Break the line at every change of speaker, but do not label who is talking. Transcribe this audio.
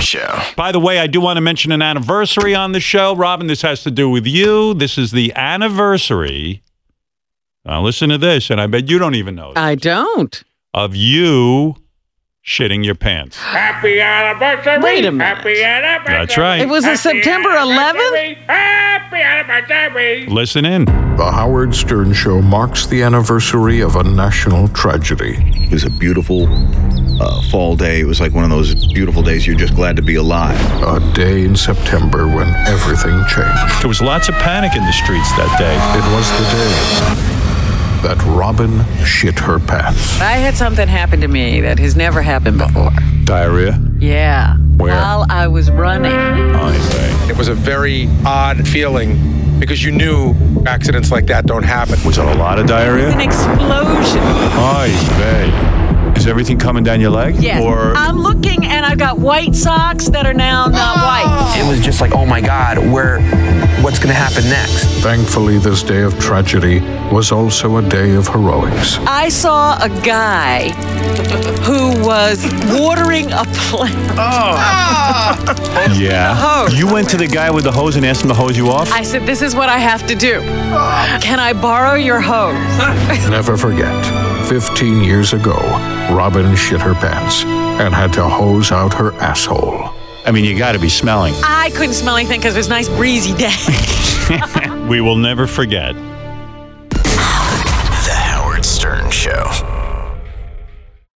show.
By the way, I do want to mention an anniversary on the show. Robin, this has to do with you. This is the anniversary. Now, listen to this, and I bet you don't even know this,
I don't.
of you shitting your pants.
Happy anniversary!
Wait a minute.
Happy anniversary!
That's right.
It was a
Happy
September 11th.
anniversary. Happy anniversary!
Listen in.
The Howard Stern Show marks the anniversary of a national tragedy.
It was a beautiful uh, fall day. It was like one of those beautiful days you're just glad to be alive.
A day in September when everything changed.
There was lots of panic in the streets that day.
It was the day that Robin shit her pants.
I had something happen to me that has never happened before.
Diarrhea.
Yeah.
Where?
While I was running.
It was a very odd feeling because you knew accidents like that don't happen.
Was it a lot of
An
diarrhea?
explosion.
Ay, vey. Is everything coming down your leg?
Yes. Uh,
Or
I'm looking and I've got white socks that are now not white.
It was just like, oh my God, where, what's going to happen next?
Thankfully, this day of tragedy was also a day of heroics.
I saw a guy who was watering a plant.
Yeah.
hose.
You went to the guy with the hose and asked him to hose you off?
I said, This is what I have to do. Can I borrow your hose?
Never forget, 15 years ago, Robin shit her pants and had to hose out her asshole.
I mean, you got to be smelling.
I couldn't smell anything because it was a nice breezy day.
We will never forget.
The Howard Stern Show.